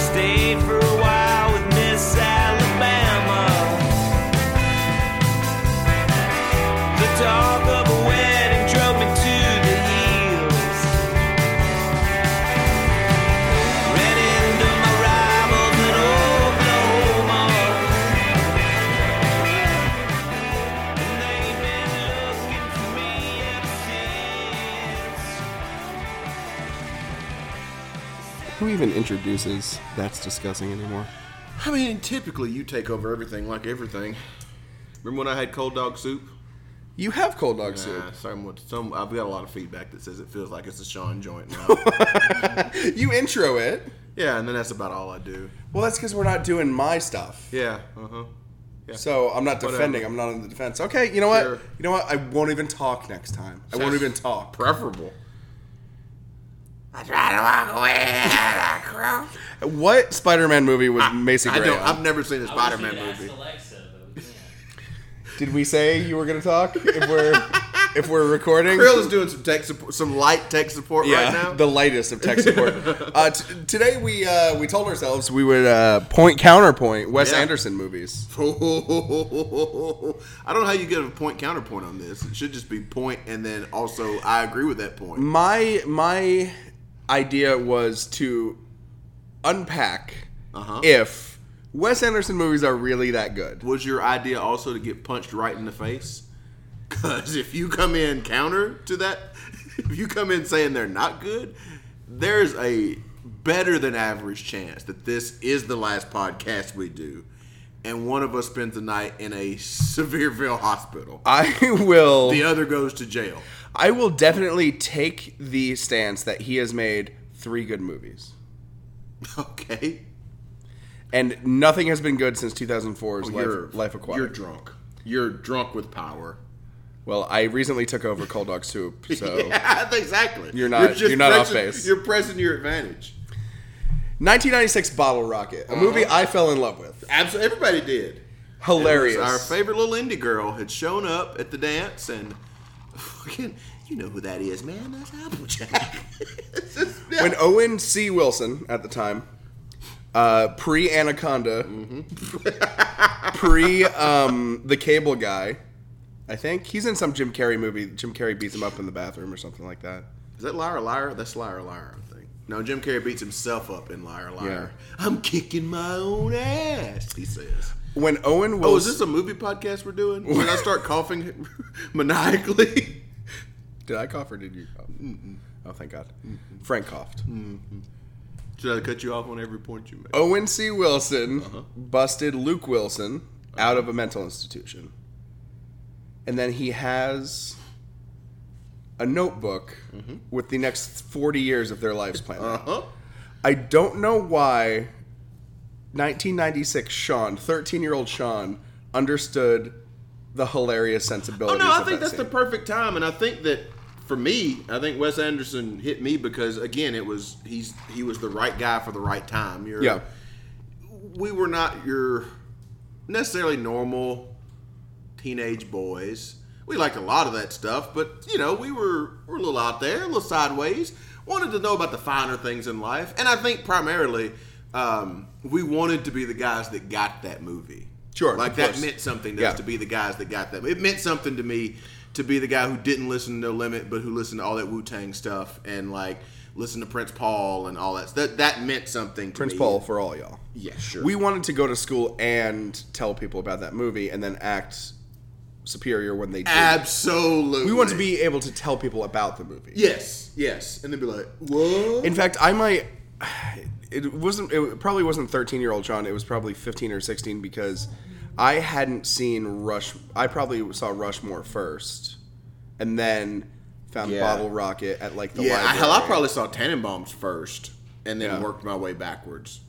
stayed for a while with Miss Alabama. The talk of a wedding drove me to the heels. Ran into my rivals in Oklahoma. And they've been looking for me ever since. Who even introduces that's discussing anymore? I mean, typically you take over everything like everything. Remember when I had cold dog soup? You have cold dog soup. Nah, Uh, some, some, I've got a lot of feedback that says it feels like it's a Sean joint now. You intro it. yeah, and then that's about all I do. Well, that's because we're not doing my stuff. Yeah, uh huh. Yeah. So I'm not Whatever. defending. I'm not on the defense. Okay, you know what? Sure. You know what? I won't even talk next time. I won't Sounds even talk. preferable. What Spider-Man movie was Macy I Gray? don't. on? I've never seen a I wish Spider-Man you'd asked movie. Alexa, but we can't. Did we say you were going to talk if we're if we're recording? Krill is doing some tech support, some light tech support yeah, right now. the lightest of tech support. uh, t- today we uh, we told ourselves we would uh, point counterpoint Wes Yeah. Anderson movies. I don't know how you get a point counterpoint on this. It should just be point, and then also I agree with that point. My my idea was to unpack Uh-huh. if Wes Anderson movies are really that good. Was your idea also to get punched right in the face? Because if you come in counter to that, if you come in saying they're not good, there's a better than average chance that this is the last podcast we do, and one of us spends the night in a Sevierville hospital. I will The other goes to jail. I will definitely take the stance that he has made three good movies. Okay, And nothing has been good since 2004's Oh, you're Life, Life Aquatic. You're drunk. You're drunk with power. Well, I recently took over Cold Dog Soup, so yeah, exactly. You're not- just you're not off pressing- base. You're pressing your advantage. 1996 Bottle Rocket, a movie Uh-huh. I fell in love with. Absolutely, everybody did. Hilarious. Our favorite little indie girl had shown up at the dance and fucking, you know who that is, man. That's Applejack. It's just- yeah. When Owen C. Wilson at the time, uh, pre Anaconda, Mm-hmm. pre um, the Cable Guy, I think he's in some Jim Carrey movie. Jim Carrey beats him up in the bathroom or something like that. is that Liar Liar? That's Liar Liar, I think. No, Jim Carrey beats himself up in Liar Liar. I'm kicking my own ass, he says. When Owen Wilson, Oh, is this a movie podcast we're doing? When I start coughing maniacally? did I cough or did you cough? Oh, thank God. Frank coughed. Should I cut you off on every point you make? Owen C. Wilson Uh-huh. busted Luke Wilson out of a mental institution. And then he has a notebook with the next 40 years of their lives planned. out. Mm-hmm. Uh-huh. I don't know why 1996 Sean, 13 year old Sean, understood the hilarious Oh sensibilities. no, I of think that that's the scene. perfect time, and I think that for me, I think Wes Anderson hit me because again, it was he's he was the right guy for the right time. You're, Yeah. we were not your necessarily normal teenage boys. We liked a lot of that stuff, but you know, we were we were a little out there, a little sideways. Wanted to know about the finer things in life, and I think primarily um, we wanted to be the guys that got that movie. Sure, like of that course. meant something to Yeah. us to be the guys that got that. It meant something to me to be the guy who didn't listen to No Limit, but who listened to all that Wu Tang stuff and like listened to Prince Paul and all that. That that meant something to Prince me. Paul for all y'all. Yeah, sure. We wanted to go to school and tell people about that movie and then act superior when they did. absolutely. we want to be able to tell people about the movie. Yes, yes, and then be like, "What?" In fact, I might. It wasn't. It probably wasn't 13 year old John. It was probably 15 or 16 because I hadn't seen Rush. I probably saw Rushmore first, and then found Yeah. Bottle Rocket at like the yeah, I, library. hell, I probably saw Tannenbaums first, and then Yeah. worked my way backwards.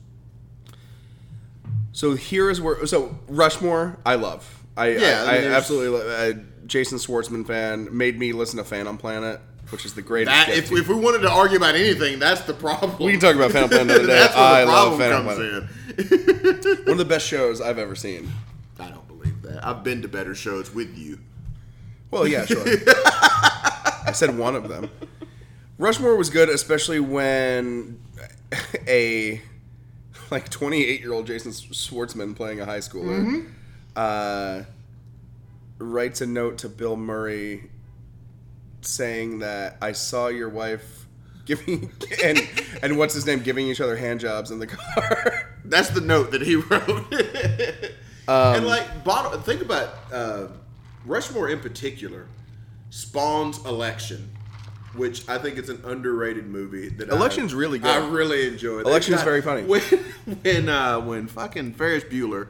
So here is where. So Rushmore, I love. I Yeah, yeah, I mean, I, there's- absolutely love. Uh, Jason Schwartzman fan made me listen to Phantom Planet, which is the greatest. That, gift if, you if we wanted to argue about anything, that's the problem. We can talk about Phantom Planet another day. that's where I the love problem Phantom comes in. One of the best shows I've ever seen. I don't believe that. I've been to better shows with you. Well, yeah, sure. I said one of them. Rushmore was good, especially when a like 28 year old Jason Schwartzman playing a high schooler, uh, writes a note to Bill Murray saying that I saw your wife giving and and what's his name giving each other hand jobs in the car. That's the note that he wrote. Um, and like, bottom, think about uh, Rushmore in particular spawns Election, which I think it's an underrated movie. That I- Election's really good. I really enjoyed. Election's It's very funny. When when uh, when fucking Ferris Bueller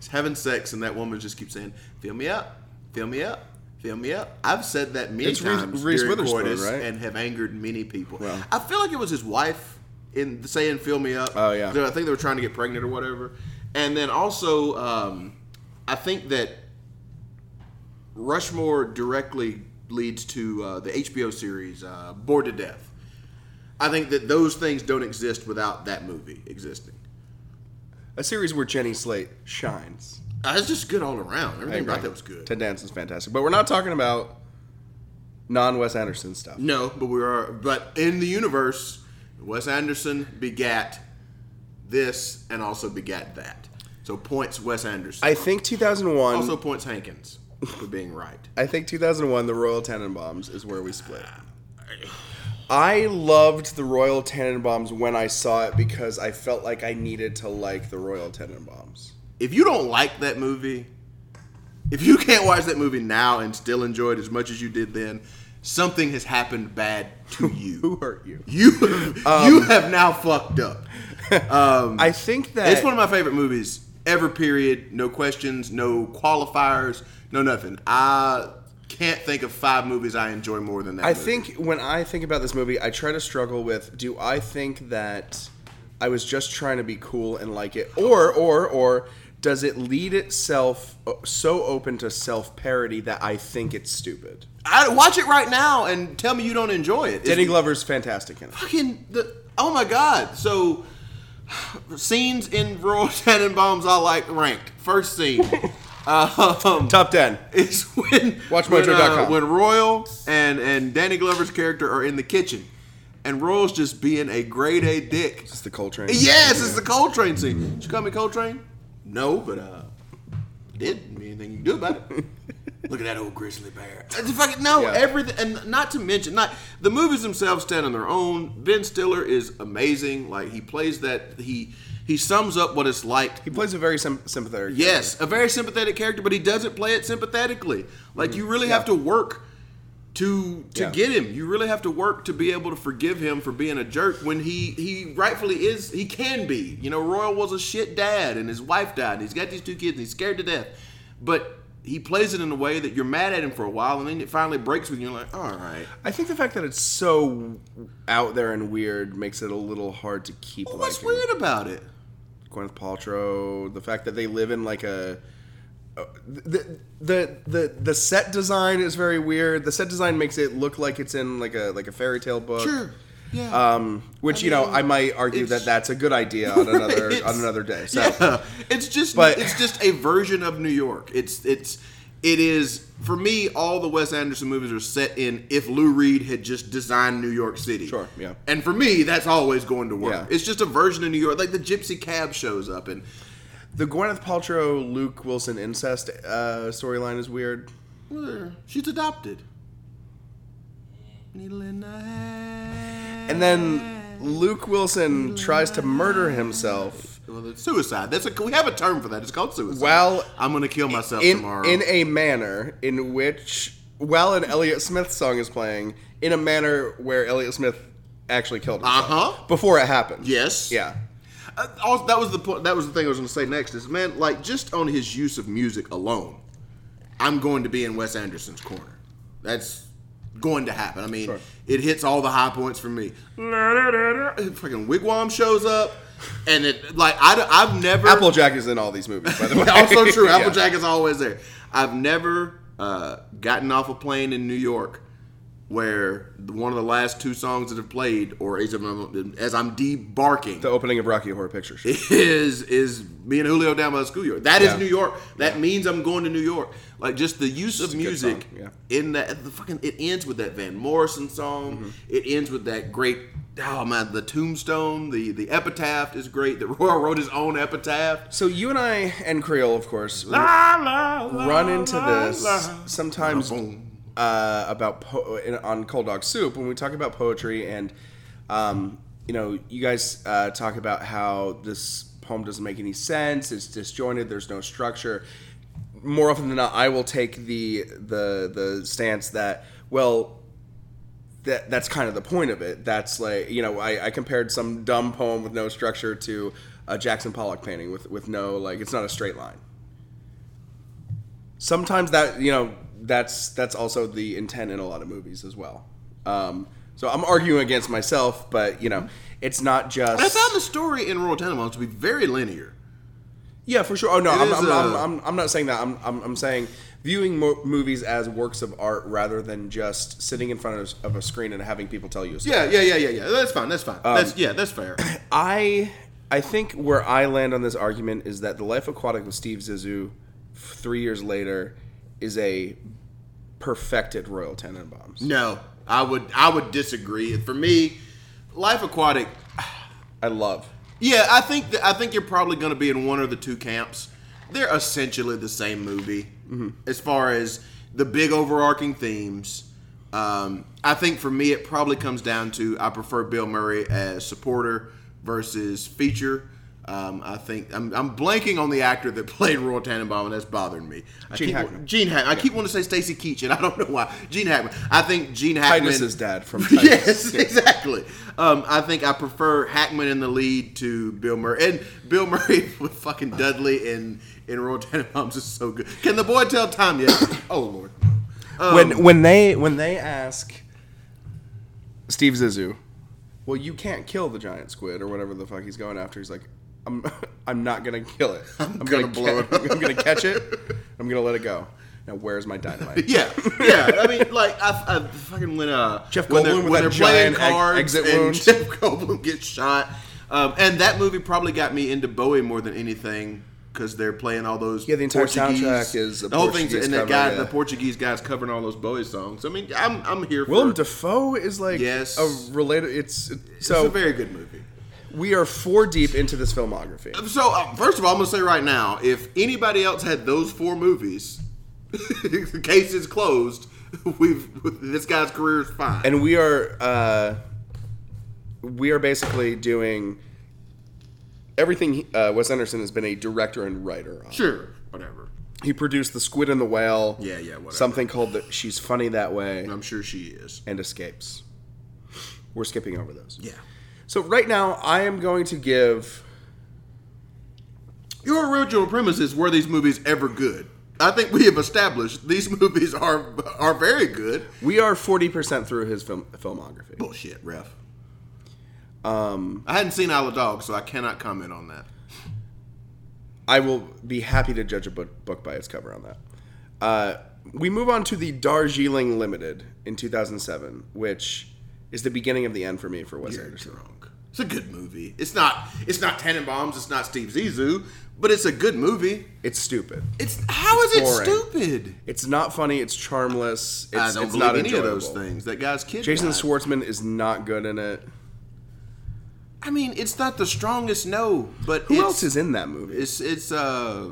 is having sex and that woman just keeps saying, "Fill me up, fill me up." Fill me up. I've said that many It's Reese- times Reese during Witherspoon, coitus right? and have angered many people. Well. I feel like it was his wife in saying "fill me up." Oh, yeah. They- I think they were trying to get pregnant or whatever. And then also, um, I think that Rushmore directly leads to uh, the HBO series uh, Bored to Death. I think that those things don't exist without that movie existing. A series where Jenny Slate shines. Uh, it's just good all around. Everything Right. about that was good. Ted Danson's fantastic, but we're not talking about non Wes Anderson stuff. No, but we are. But in the universe, Wes Anderson begat this and also begat that. So points Wes Anderson. I think 2001. also points Hankins for being right. I think 2001, the Royal Tenenbaums is where we split. I loved the Royal Tenenbaums when I saw it because I felt like I needed to like the Royal Tenenbaums. If you don't like that movie, if you can't watch that movie now and still enjoy it as much as you did then, something has happened bad to Who you. hurt you? you you Um, have now fucked up. I think that It's one of my favorite movies ever. Period. No questions. No qualifiers. No nothing. I can't think of five movies I enjoy more than that. I movie. think when I think about this movie, I try to struggle with do I think that I was just trying to be cool and like it or or or does it lead itself uh, so open to self-parody that I think it's stupid? I watch it right now and tell me you don't enjoy it. It's Danny Glover's fantastic in it. fucking the oh my god. So scenes in Royal Tannenbaums I like ranked. First scene. um, Top 10. is when Watch when, uh, Mojo.com. when Royal and and Danny Glover's character are in the kitchen, and Royal's just being a grade A dick. It's the Coltrane. Yes, it's the Coltrane scene. Did you call me Coltrane? No, but uh, did mean anything you can do about it. Look at that old grizzly bear. It's fucking no Yeah. everything, and not to mention not the movies themselves stand on their own. Ben Stiller is amazing. Like he plays that he he sums up what it's like He plays a very sym- sympathetic. Yes, a very sympathetic character, but he doesn't play it sympathetically. Like you really have to work to Mm-hmm. to Yeah. get him. You really have to work to be able to forgive him for being a jerk when he he rightfully is. He can be. You know, Royal was a shit dad, and his wife died, and he's got these two kids, and he's scared to death. But he plays it in a way that you're mad at him for a while, and then it finally breaks with you. and You're like, all right. I think the fact that it's so out there and weird makes it a little hard to keep. What's liking weird about it? Gwyneth Paltrow, the fact that they live in like a. uh, The, the the the set design is very weird. The set design makes it look like it's in like a like a fairy tale book. Sure. Yeah. Um, which you know mean, I might argue that it's- that's a good idea on another It's- on another day. So yeah, it's just But- it's just a version of New York. It's it's it is for me. All the Wes Anderson movies are set in if Lou Reed had just designed New York City. Sure, yeah. And for me, that's always going to work. Yeah. It's just a version of New York. Like the Gypsy Cab shows up and the Gwyneth Paltrow Luke Wilson incest uh, storyline is weird. well, she's adopted. Needle in the hand. And then Luke Mm-hmm. Wilson tries to murder himself Well, it's suicide. That's a we have a term for that. It's called suicide. Well, I'm gonna kill myself in, tomorrow. in a manner in which, while an Elliott Smith song is playing, in a manner where Elliott Smith actually killed himself Uh-huh. before it happened. yes. Yeah. Uh, also, that was the point. That was the thing I was going to say next. Is man, like just on his use of music alone, I'm going to be in Wes Anderson's corner. That's going to happen. I mean, Sure. it hits all the high points for me. Fucking wigwam shows up, and it like I, have never Applejack is in all these movies, by the way. also true. Yeah. Applejack is always there. I've never uh, gotten off a plane in New York where one of the last two songs that have played, or as I'm, as I'm debarking, The opening of Rocky Horror Picture Show. is is me and Julio down by the schoolyard. That is Yeah. New York. That means I'm going to New York. Like just the use of a good music song, Mm-hmm. in that the fucking it ends with that Van Morrison song. It ends with that great oh man, the tombstone, the the epitaph is great. That Royal wrote his own epitaph. So you and I and Creole, of course, La, la, la, run into la, this la. sometimes Boom. uh, about po- in- on Cold Dog Soup when we talk about poetry and um, you know you guys uh, talk about how this poem doesn't make any sense. It's disjointed. There's no structure. More often than not, I will take the the the stance that well that that's kind of the point of it. That's like you know I, I compared some dumb poem with no structure to a Jackson Pollock painting with with no like it's not a straight line. Sometimes that you know that's that's also the intent in a lot of movies as well. Um, so I'm arguing against myself, but you know it's not just I found the story in Royal Tenenbaums to be very linear. yeah for sure. Oh no, It I'm, is, I'm, I'm, uh, I'm, I'm not saying that. I'm I'm, I'm saying viewing mo- movies as works of art rather than just sitting in front of, of a screen and having people tell you a story. Yeah, yeah, yeah, yeah, yeah. That's fine. That's fine. that's yeah, that's fair. I I think where I land on this argument is that The Life Aquatic with Steve Zissou, f- three years later, is a perfected Royal Tenenbaums. no, I would I would disagree. For me, Life Aquatic. I love. Yeah, I think that, I think you're probably going to be in one of the two camps. They're essentially the same movie Mm-hmm. as far as the big overarching themes. Um, I think for me, it probably comes down to I prefer Bill Murray as supporter versus feature. Um, I think I'm, I'm blanking on the actor that played Royal Tannenbaum, and that's bothering me. I Gene keep, Hackman. Gene Hackman. I keep wanting to say Stacy Keach, and I don't know why. Gene Hackman. I think Gene Hackman Titus's dad from Titus. yes, exactly. Um, I think I prefer Hackman in the lead to Bill Murray, and Bill Murray with fucking Dudley in in Royal Tenenbaums is so good. Can the boy tell time yet? oh Lord, when Um, when they when they ask Steve Zissou, well, you can't kill the giant squid or whatever the fuck he's going after. He's like, I'm I'm not gonna kill it. I'm, gonna blow ca- I'm gonna catch it. I'm gonna let it go. Now where's my dynamite? yeah, yeah. I mean, like I, I fucking when uh Jeff when Goldblum with that giant ex- exit and wound. Jeff Goldblum gets shot, um, and that movie probably got me into Bowie more than anything. Because they're playing all those Yeah, the entire Portuguese- soundtrack is a the whole thing's Portuguese and that cover, guy yeah. the Portuguese guy's covering all those Bowie songs. I mean, I'm I'm here Willem for Dafoe is like Yes. a related. It's It's so a very good movie. we are four deep into this filmography. So uh, first of all, I'm gonna say right now, if anybody else had those four movies, the case is closed. We've this guy's career is fine. and we are uh, we are basically doing everything he- uh, Wes Anderson has been a director and writer on. sure, whatever. He produced The Squid and the Whale. Yeah, yeah, whatever. Something called the She's Funny That Way I'm sure she is. and Escapes. We're skipping over those. Yeah. So right now I am going to give Your original premise is were these movies ever good? I think we have established these movies are are very good. we are 40% through his film filmography. Bullshit, ref. Um, I hadn't seen Isle of Dogs, so I cannot comment on that. I will be happy to judge a book, book by its cover on that. Uh, we move on to the Darjeeling Limited in 2007, which is the beginning of the end for me for Wes You're Anderson. drunk. It's a good movie. It's not. It's not Tannenbaums. It's not Steve Zissou. But it's a good movie. It's stupid. It's how is It's it boring. stupid? It's not funny. It's charmless. It's, I don't it's believe not any enjoyable. of those things. That guy's kid. Jason died. Schwartzman is not good in it. I mean, it's not the strongest no, but Who it's, else is in that movie? Is, It's it's uh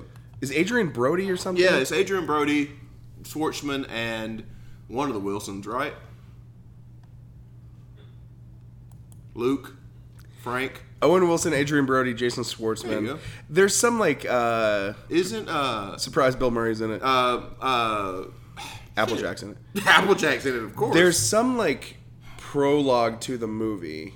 Adrian Brody or something? yeah, it's Adrian Brody, Schwartzman, and one of the Wilsons, right? Luke, Frank. Owen Wilson, Adrian Brody, Jason Schwartzman. There you go. There's some like uh, Isn't uh surprise Bill Murray's in it. uh uh Applejack's in it. Applejack's in it, of course. There's some like prologue to the movie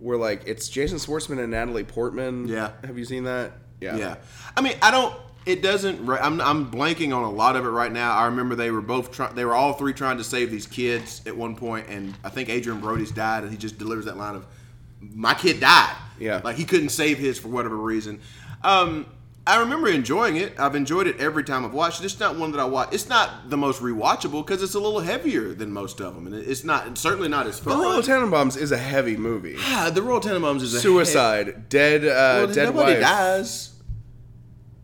where like it's Jason Schwartzman and Natalie Portman. Yeah. Have you seen that? Yeah. Yeah. I mean, I don't. It doesn't. re- I'm, I'm blanking on a lot of it right now. I remember they were both. Try, they were all three trying to save these kids at one point, and I think Adrian Brody's died, and he just delivers that line of, "My kid died." Yeah. Like he couldn't save his for whatever reason. Um, I remember enjoying it. I've enjoyed it every time I've watched it. It's not one that I watch. It's not the most rewatchable because it's a little heavier than most of them, and it- it's not it's certainly not as The fun. Royal Tenenbaums is a heavy movie. yeah, ah, the Royal Tenenbaums is a Suicide, dead, uh, Well, dead nobody wife. dies.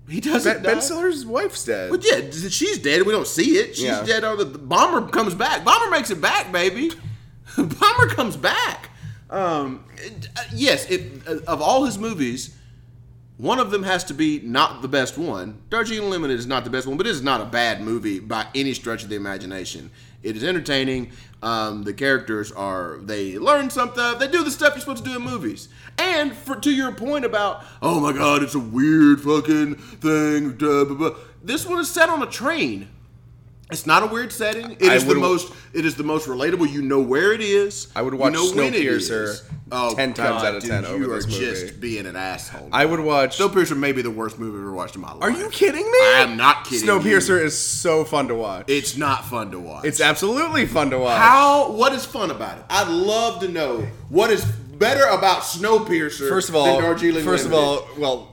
He doesn't. Ben, ben die. Stiller's wife's dead. But yeah, d- she's dead. We don't see it. She's Yeah. dead. On the, the bomber comes back. Bomber makes it back, baby. bomber comes back. Um, it- uh, yes, it, uh, of all his movies, one of them has to be not the best one. Darjeeling Limited is not the best one, but it is not a bad movie by any stretch of the imagination. It is entertaining. Um, the characters are they learn something. They do the stuff you're supposed to do in movies. And for to your point about oh my god, it's a weird fucking thing. Blah, blah, blah. This one is set on a train. It's not a weird setting. It is I the would- most. It is the most relatable. You know where it is. I would You watch know when it Snowpiercer is. 10 times out of 10 over you this are movie. just being an asshole. I would watch. Snowpiercer may be the worst movie I've ever watched in my life. Are you kidding me? I am not kidding. Snowpiercer you. is so fun to watch. It's not fun to watch. It's absolutely fun to watch. how. What is fun about it? I'd love to know what is better about Snowpiercer. First of all, than Darjeeling first of Limited? all, well,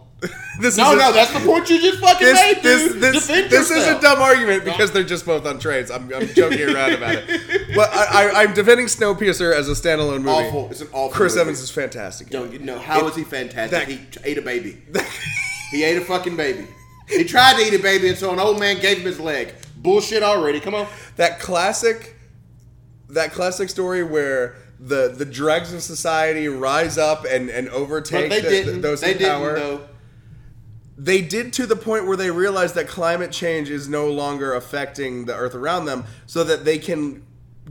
this no, is a- no, that's the point you just fucking this, made, this, dude. this, Defend this is a yourself. dumb argument because they're just both on trains. I'm, I'm joking around about it. But I, I, I'm defending Snowpiercer as a standalone movie. Awful. It's an awful. Chris movie. Evans is fantastic. in it. Don't you know how is he fantastic? that- he t- ate a baby. he ate a fucking baby. He tried to eat a baby, and so an old man gave him his leg. Bullshit already. Come on. that classic that classic story where the the dregs of society rise up and and But overtake they the- didn't. the- those they in didn't power. though. They did to the point where they realize that climate change is no longer affecting the earth around them, so that they can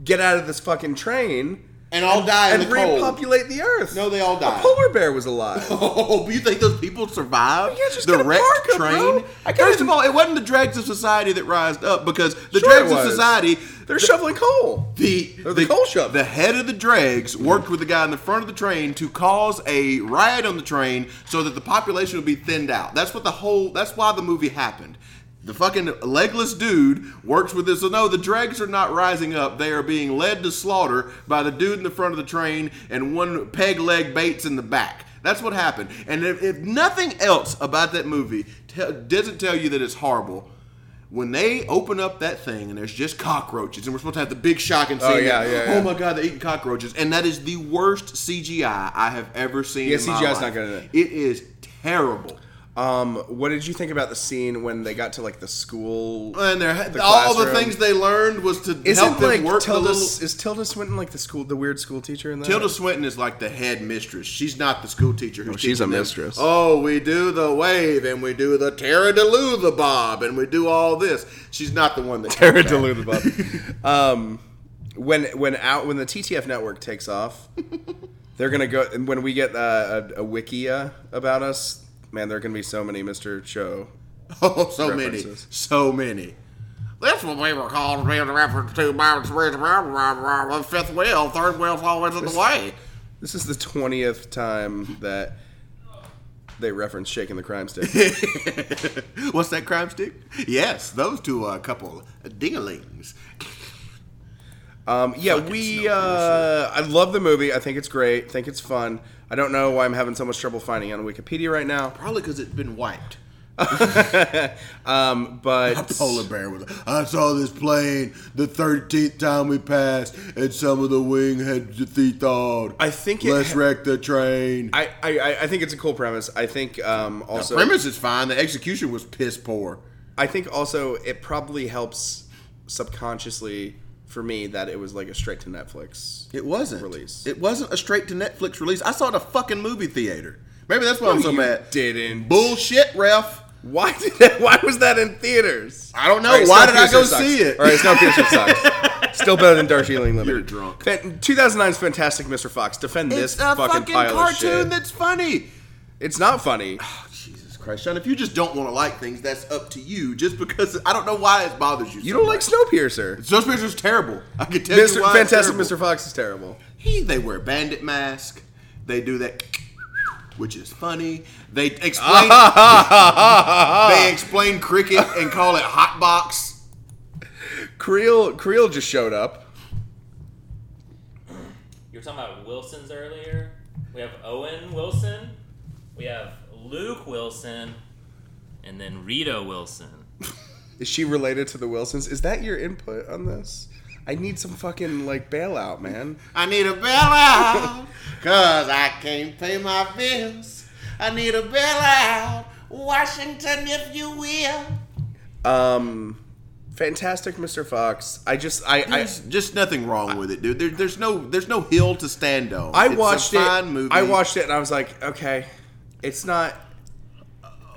get out of this fucking train And all die in and the cold. repopulate the earth. No, they all A died. polar bear was alive. Oh, but you think those people survived You guys just the gotta wrecked park 'em, bro. train? I could've- First of all, it wasn't the dregs of society that rised up because the Sure it dregs of was. society, They're shoveling coal. the They're the coal shovel. the head of the dregs worked with the guy in the front of the train to cause a riot on the train so that the population would be thinned out. That's what the whole. That's why the movie happened. The fucking legless dude works with this. So no, the dregs are not rising up. They are being led to slaughter by the dude in the front of the train and one peg leg Bates in the back. That's what happened. And if, if nothing else about that movie te- doesn't tell you that it's horrible, when they open up that thing and there's just cockroaches and we're supposed to have the big shock and scene. Oh, yeah, that, yeah, "Oh yeah. my god, they're eating cockroaches, and that is the worst CGI I have ever seen. Yeah, in my CGI 's life. not good at it. It is terrible. Um, what did you think about the scene when they got to like the school? And they're, The all the classroom. things they learned was to help Isn't them like work Tilda? the little. Is Tilda Swinton like the school, the weird school teacher in that? Tilda Swinton is like the head mistress. She's not the school teacher. Who's she's a teaching them, mistress. Oh, we do the wave and we do the Terra the bob and we do all this. She's not the one that Tara DeLuda Um When when out when the TTF network takes off, they're gonna go. And when we get uh, a, a wikia about us, man, there are gonna be so many Mister Cho. Oh, so many. References. So many. That's what we were called being a reference to Byron's Bridge, blah, blah, blah, blah, fifth wheel, third wheel's always in the way. This is the twentieth time that they reference shaking the crime stick. What's that crime stick? Yes, those two are a couple dingalings. Um, yeah, Fucking we. Snowpiercer. Uh, I love the movie. I think it's great. Think it's fun. I don't know why I'm having so much trouble finding it on Wikipedia right now. Probably because it's been wiped. Um, A but polar bear was like, I saw this plane the 13th time we passed, and some of the wing had thawed. I think it. Let's wreck the train. I, I I- I think it's a cool premise. I think um, also. premise is fine. The execution was piss poor. I think also it probably helps subconsciously for me that it was like a straight to Netflix. It wasn't Release. It wasn't a straight to Netflix release. I saw it at a fucking movie theater. Maybe that's why I'm so you mad. didn't. Bullshit, ref. Why did that? Why was that in theaters? I don't know. Why did I go see it? All right, Snowpiercer sucks. Still better than Darjeeling Limited. You're drunk. Fan- 2009's fantastic, Mr. Fox. Defend this It's a fucking, fucking pile of cartoon shit. that's funny. it's not funny. Oh, Jesus Christ, Sean! If you just don't want to like things, that's up to you. Just because I don't know why it bothers you. You so don't like much. Snowpiercer. Snowpiercer's terrible. I can tell Mr. you why. it's Fantastic terrible. Mr. Fox is terrible. He, they wear bandit mask. They do that, which is funny. They explain. they explain cricket and call it hot box. Creel Creel just showed up. You were talking about Wilsons earlier. We have Owen Wilson. We have Luke Wilson. And then Rita Wilson. Is she related to the Wilsons? Is that your input on this? I need some fucking like bailout, man. I need a bailout because I can't pay my bills. I need a bailout, Washington, if you will. Um, Fantastic Mr. Fox. I just I I, There's just nothing wrong with it, dude. There, there's no there's no hill to stand on. I It's a watched fine it. Movie. I watched it and I was like, okay, it's not.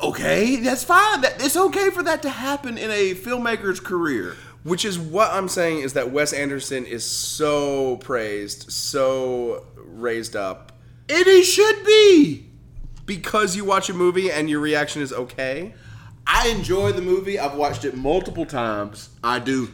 Okay, that's fine. That, it's okay for that to happen in a filmmaker's career. Which is what I'm saying is that Wes Anderson is so praised, so raised up And he should be. because you watch a movie and your reaction is okay. I enjoy the movie. I've watched it multiple times. I do.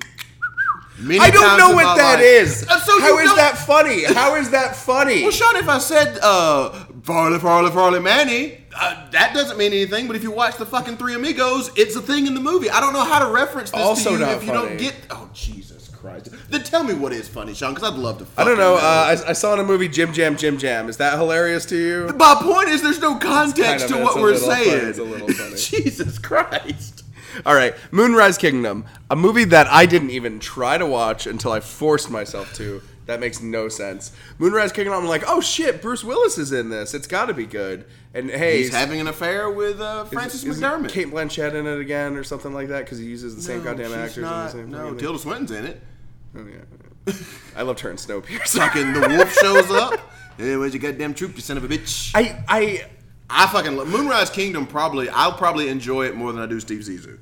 Many I don't times know in my what that life. is. Uh, so How you is don't- that funny? How is that funny? Well, Sean, if I said uh, Farley, Farley, Farley, Manny, uh, that doesn't mean anything. But if you watch the fucking Three Amigos, it's a thing in the movie. I don't know how to reference this Also to you not if you don't funny. get. Oh Jesus Christ! Then tell me what is funny, Sean, because I'd love to. I don't fucking know. Uh, I, I saw in a movie Jim Jam Jim Jam. Is that hilarious to you? My point is, there's no context kind of- to it's what a we're little funny, saying. it's a little funny. Jesus Christ! All right, Moonrise Kingdom, a movie that I didn't even try to watch until I forced myself to. That makes no sense. Moonrise Kingdom, I'm like, oh shit, Bruce Willis is in this. It's got to be good. And hey, He's having an affair with uh, is- Francis is McDermott. Kate Blanchett in it again or something like that because he uses the same No, goddamn she's actors. not- and the same no, fucking Tilda Swinton's in it. thing. Oh, yeah. I loved her in Snowpiercer. Fucking the wolf shows up. Hey, where's your goddamn troop, you son of a bitch? I I I fucking love Moonrise Kingdom. Probably, I'll probably enjoy it more than I do Steve Zissou.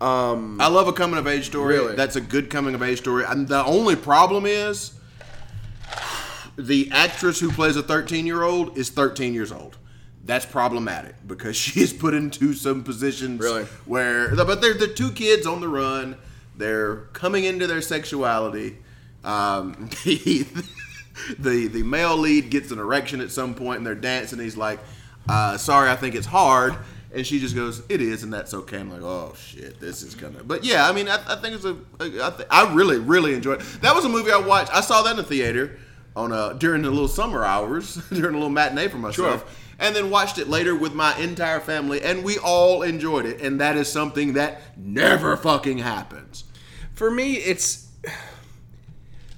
Um, I love a coming of age story. Really? That's a good coming of age story. And the only problem is, the actress who plays a thirteen year old is thirteen years old. That's problematic because she is put into some positions Really? where, but they're the two kids on the run. They're coming into their sexuality. Um, the, the the male lead gets an erection at some point, and they're dancing. He's like, uh, "Sorry, I think it's hard," and she just goes, "It is, and that's okay." I'm like, "Oh shit, this is gonna." But yeah, I mean, I, I think it's a. I, th- I really, really enjoyed. That was a movie I watched. I saw that in the theater on uh during the little summer hours, during a little matinee for myself Sure. and then watched it later with my entire family, and we all enjoyed it. And that is something that never fucking happens. for me it's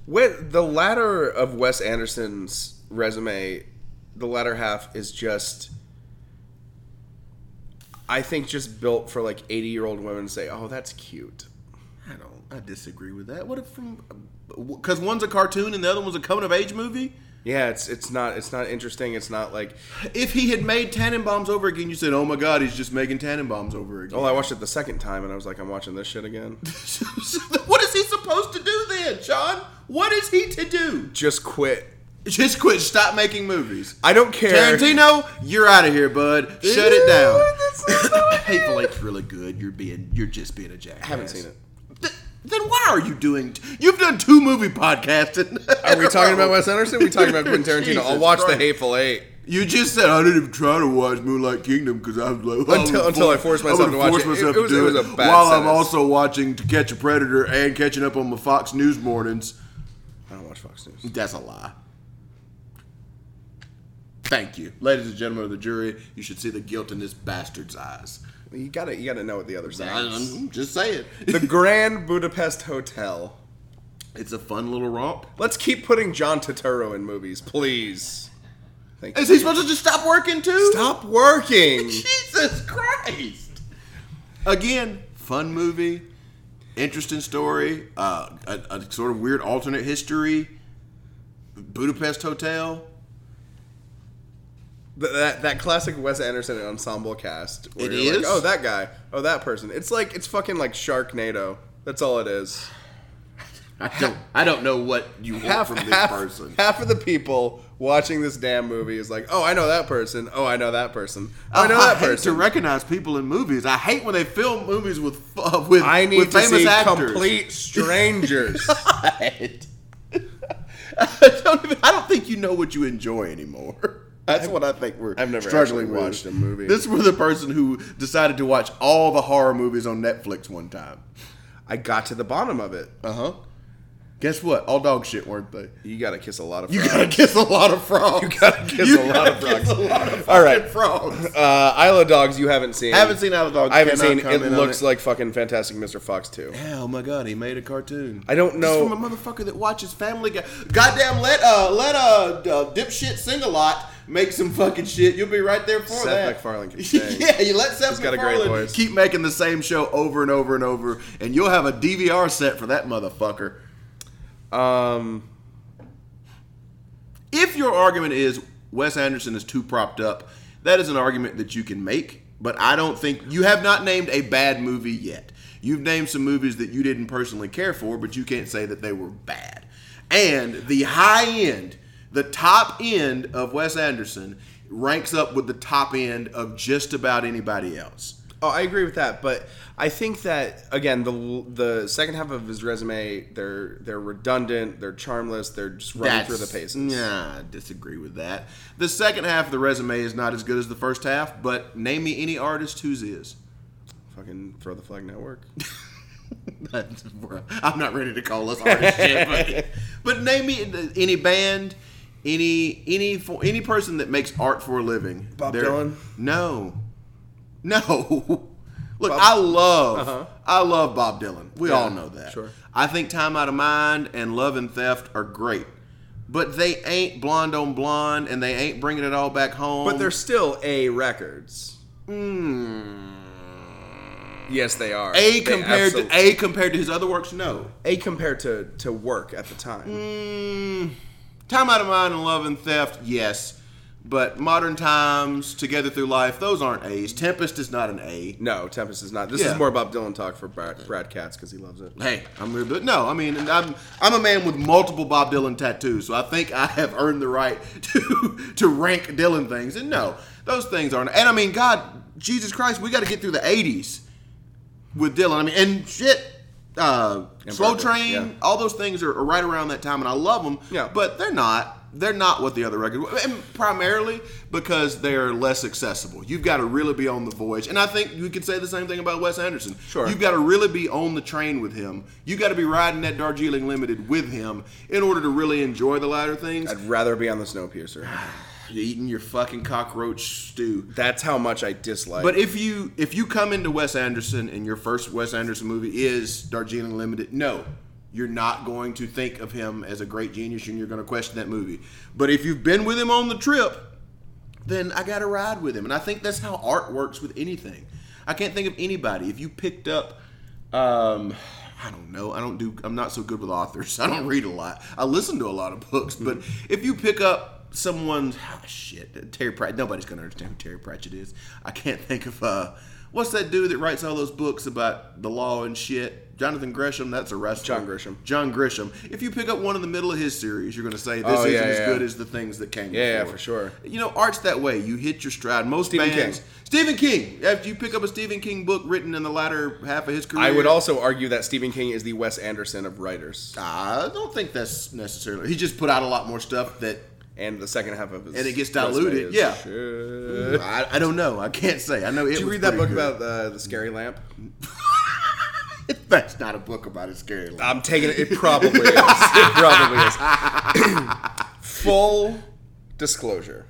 with the latter of Wes Anderson's resume, the latter half is just I think just built for like 80 year old women to say, oh, that's cute. I don't. I disagree with that. What if from? Because one's a cartoon and the other one's a coming of age movie. Yeah, it's it's not it's not interesting. It's not like If he had made Tannenbaums over again, you said, "Oh my God, he's just making Tannenbaums over again." well, "Oh, I watched it the second time and I was like, I'm watching this shit again. what is he supposed to do then, Sean? What is he to do? Just quit. Just quit. Stop making movies. I don't care. Tarantino, you're out of here, bud. Shut it Ew, down. that's not what I did. Hateful Eight's really good. You're being, you're just being a jackass. I haven't seen it. Th- then why are you doing? T- You've done two movie podcasts. In Are we talking about Wes Anderson? Are we talking about Quentin Tarantino? I'll Jesus watch The Christ. Hateful Eight. You just said I didn't even try to watch Moonlight Kingdom because I was like I'm Until- until I forced myself I'm to watch force it. myself It- it was- to do it was a bad while I'm sentence. also watching To Catch a Predator and catching up on my Fox News mornings. I don't watch Fox News. That's a lie. Thank you, ladies and gentlemen of the jury. You should see the guilt in this bastard's eyes. You gotta you gotta know what the other side is. I'm just saying, The Grand Budapest Hotel. it's a fun little romp. Let's keep putting John Turturro in movies, please. Thank Is you. he supposed to just stop working too? Stop working. Jesus Christ! Again, fun movie, interesting story, uh, a, a sort of weird alternate history. Budapest Hotel. Th- that that classic Wes Anderson ensemble cast. where It you're like, is? oh, that guy. Oh, that person. It's like it's fucking like Sharknado. That's all it is. I don't. I don't know what you want Half from this half, person. half of the people watching this damn movie is like, oh, I know that person. Oh, I know that person. Oh, I know that hate person. to recognize people in movies. I hate when they film movies with uh, with I need with to famous see actors. complete strangers. God. I don't, even, I don't think you know what you enjoy anymore. That's what I think we're I've never struggling actually with. watched a movie. This was the person who decided to watch all the horror movies on Netflix one time. I got to the bottom of it. Uh huh. Guess what? All dog shit, weren't they? You gotta kiss a lot of. You frogs. gotta kiss a lot of frogs. You gotta kiss a lot of gotta kiss frogs. a lot of All right. fucking frogs. Uh, Isle of Dogs, you haven't seen. Haven't seen Isle of Dogs, I haven't cannot seen. It comment on looks it. like fucking Fantastic Mr. Fox too. Yeah, oh my god, he made a cartoon. I don't know- It's from a motherfucker that watches Family Guy. Goddamn, let uh let uh, uh dipshit sing a lot make some fucking shit. You'll be right there for Seth that. MacFarlane can sing. yeah, you let Seth He's got a great MacFarlane voice. keep making the same show over and over and over, and you'll have a DVR set for that motherfucker. Um, If your argument is Wes Anderson is too propped up, that is an argument that you can make, but I don't think you have not named a bad movie yet. You've named some movies that you didn't personally care for, but you can't say that they were bad. And the high end, the top end of Wes Anderson ranks up with the top end of just about anybody else. Oh, I agree with that, but I think that again the the second half of his resume they're they're redundant, they're charmless, they're just running That's- through the paces. Nah, I disagree with that. The second half of the resume is not as good as the first half, but name me any artist whose is. Fucking throw the flag network. That's- bruh, I'm not ready to call us artists yet, but, but name me any band, any any for any person that makes art for a living. Bob They're- Dylan? No, no. Look, I love Uh-huh. I love Bob Dylan. We Yeah, all know that. sure. I think Time Out of Mind and Love and Theft are great, but they ain't Blonde on Blonde, and they ain't bringing it all back home. Hmm. But they're still A records. Yes, they are. a They compared absol- to a compared to his other works. No, A compared to to work at the time. Mm, time out of mind and love and theft, yes. But modern times, together through life, those aren't A's. Tempest is not an A. No, Tempest is not. This Yeah. is more Bob Dylan talk for Brad, Brad Katz because he loves it. Hey, I'm gonna do it. No, I mean, and I'm I'm a man with multiple Bob Dylan tattoos, so I think I have earned the right to to rank Dylan things. And no, those things aren't. And I mean, God, Jesus Christ, we got to get through the '80s with Dylan. I mean, and shit, uh, And Slow Bourbon, Train, yeah. all those things are, are right around that time, and I love them. Yeah. but they're not. They're not what the other record, and primarily because they're less accessible. You've got to really be on the voyage, and I think you could say the same thing about Wes Anderson. Sure. You've got to really be on the train with him. You got to be riding that Darjeeling Limited with him in order to really enjoy the latter things. I'd rather be on the Snowpiercer. You're eating your fucking cockroach stew. That's how much I dislike. But if you if you come into Wes Anderson and your first Wes Anderson movie is Darjeeling Limited, no, you're not going to think of him as a great genius and you're going to question that movie. But if you've been with him on the trip, then I got to ride with him. And I think that's how art works with anything. I can't think of anybody. If you picked up, um, I don't know. I don't do. I'm not so good with authors. I don't read a lot. I listen to a lot of books. But if you pick up someone's ah, shit, Terry Pratchett. Nobody's gonna understand who Terry Pratchett is. I can't think of uh, what's that dude that writes all those books about the law and shit. Jonathan Gresham. That's a wrestler. John Grisham. John Grisham. If you pick up one in the middle of his series, you're gonna say this Oh, isn't yeah, as yeah. good as the things that came. Yeah, yeah, before for sure. you know, art's that way. You hit your stride. Most Stephen bands, King. Stephen King. After you pick up a Stephen King book written in the latter half of his career, I would also argue that Stephen King is the Wes Anderson of writers, I don't think that's necessarily. He just put out a lot more stuff that and the second half of his And it gets resume diluted, is yeah. shit. I, I don't know. I can't say. I know. It Did you was read that book pretty about good. the, the scary lamp? That's not a book about a scary life. I'm taking it. It probably is. It probably is. Full disclosure.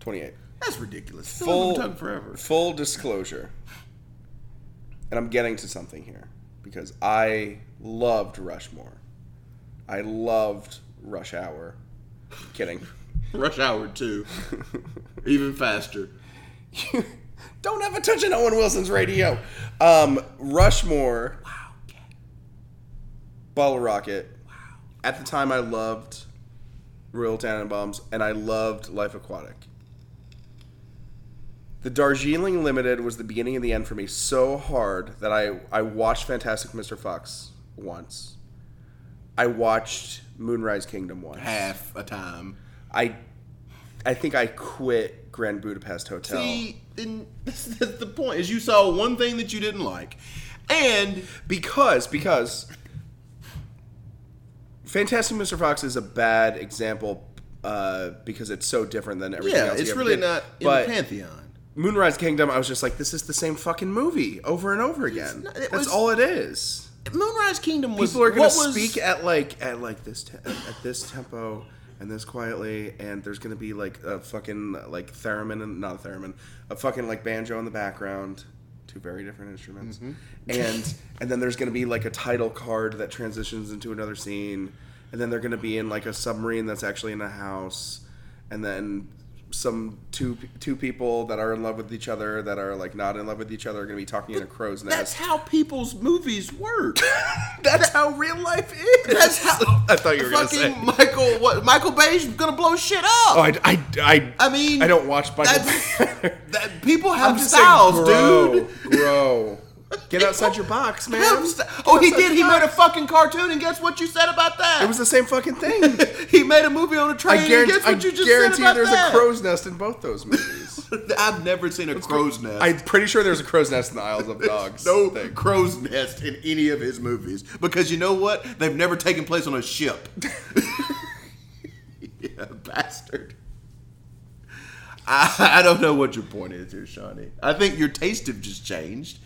Twenty-eight. that's ridiculous. Full Full tongue forever. Full disclosure. And I'm getting to something here because I loved Rushmore. I loved Rush Hour. Kidding. Rush Hour Two, even faster. Don't ever touch an Owen Wilson's radio. Um, Rushmore. Wow. Bottle Rocket. Wow. At the time, I loved Royal Tannenbaums and I loved Life Aquatic. The Darjeeling Limited was the beginning and the end for me so hard that I, I watched Fantastic Mr. Fox once. I watched Moonrise Kingdom once. Half a time. I I think I quit Grand Budapest Hotel. See, and that's, that's the point. Is you saw one thing that you didn't like, and because because Fantastic Mr. Fox is a bad example uh, because it's so different than everything yeah, else. he it's ever really did. not in but the pantheon. Moonrise Kingdom, I was just like, this is the same fucking movie over and over again. not- it That's was- all it is. Moonrise Kingdom was. People are gonna what was- speak at like at like this te- at this tempo and this quietly, and there's gonna be like a fucking like theremin and not a theremin, a fucking like banjo in the background, two very different instruments, Mm-hmm. and and then there's gonna be like a title card that transitions into another scene, and then they're going to be in like a submarine that's actually in a house, and then some two two people that are in love with each other that are like not in love with each other are going to be talking in a crow's That's nest. how people's movies work. That's how real life is. That's how I thought you were going to fucking say. Michael. What Michael Bay's gonna blow shit up. Oh, I, I, I, I mean, I don't watch Michael. that's- Bay. that, people I'm have just styles, saying, grow, dude. Grow. Get outside your box, man. Have st- oh, he Outside did. your He made a box. fucking cartoon, and guess what you said about that? It was the same fucking thing. he made a movie on a train. I guarantee, and guess I what you just guarantee said about there's that? a crow's nest in both those movies. I've never seen a crow's nest. I'm pretty sure there's a crow's nest in the Isles of Dogs. no thing. crow's nest in any of his movies because you know what? They've never taken place on a ship. yeah, bastard. I, I don't know what your point is here, Shawnee. I think your taste have just changed,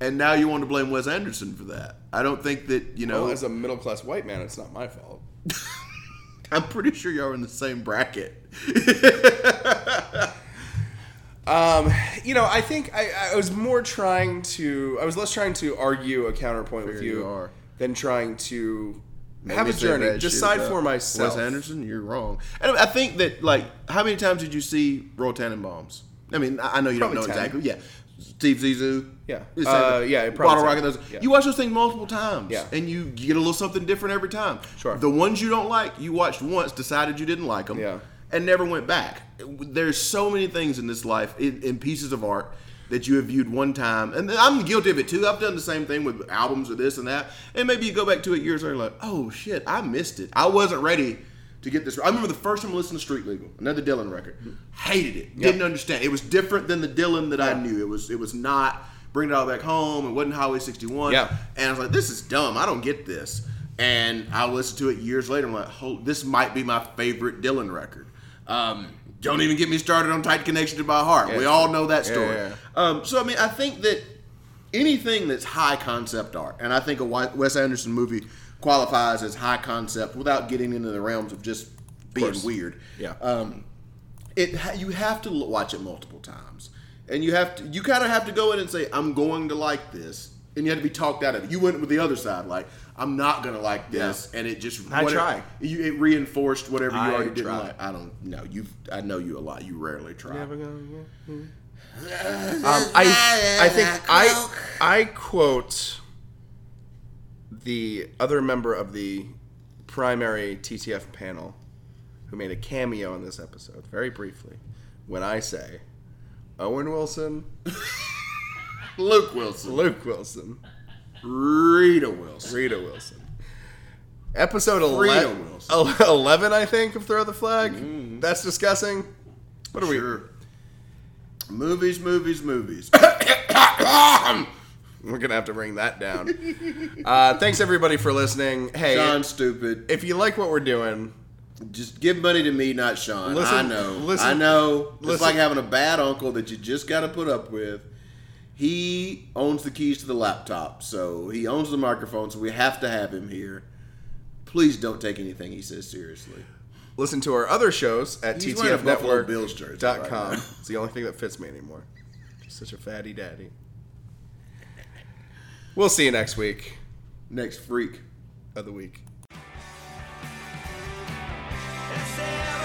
and now you want to blame Wes Anderson for that. I don't think that you know. Well, as a middle class white man, it's not my fault. I'm pretty sure y'all are in the same bracket. Um, you know, I think I, I was more trying to. I was less trying to argue a counterpoint with Fair you you, are. than trying to Made have me a say journey. bad shit Decide about for myself. Wes Anderson, you're wrong. And I think that like how many times did you see Royal Tannenbaums? I mean, I I know you don't Probably know 10. exactly. Yeah, Steve Zissou. Yeah. The same- Uh, yeah, probably Bottle 10. Rocket. Those. Yeah. You watch those things multiple times. Yeah. And you get a little something different every time. Sure. The ones you don't like, you watched once, decided you didn't like them, Yeah. and never went back. There's so many things in this life, in, in pieces of art, that you have viewed one time, and I'm guilty of it too. I've done the same thing with albums or this and that, and maybe you go back to it years later, like, oh shit, I missed it. I wasn't ready to get this. I remember the first time I listened to Street Legal, another Dylan record, hated it, didn't understand. It was different than the Dylan that I knew. It was it was not. Bring it all back home. It wasn't Highway 61. Yeah. And I was like, this is dumb. I don't get this. And I listened to it years later. I'm like, oh, this might be my favorite Dylan record. Um, don't even get me started on Tight Connection to My Heart. we Yeah. all know that story. yeah, yeah. Um, so, I mean, I think that anything that's high concept art, and I think a Wi- Wes Anderson movie qualifies as high concept without getting into the realms of just being course. weird Yeah. um, it ha- you have to l- watch it multiple times, and you have to you kind of have to go in and say I'm going to like this, and you have to be talked out of it. You went with the other side, like I'm not going to like this, and it just I what- try. You, it reinforced whatever you I already didn't try. like. I don't know you. I know you a lot. You rarely try. Um, I, I think I, I quote the other member of the primary TTF panel who made a cameo in this episode very briefly when I say Owen Wilson, Luke Wilson, Luke Wilson, Rita Wilson. Rita Wilson. Episode Rita 11, Wilson. Mm-hmm. 11, I think, of Throw the Flag. That's disgusting. What are we? Sure. Movies, movies, movies. We're gonna have to bring that down. uh, thanks everybody for listening. Hey, Sean, stupid. if you like what we're doing, Just give money to me, not Sean. I Listen- know. listen- I know. It's listen- like having a bad uncle that you just got to put up with. He owns the keys to the laptop, so he owns the microphone, so we have to have him here. Please don't take anything he says seriously. listen to our other shows at He's wearing a Buffalo Bills ttfnetwork.com. jersey right now. it's the only thing that fits me anymore. Such a fatty daddy. We'll see you next week Next freak. of the week. And said,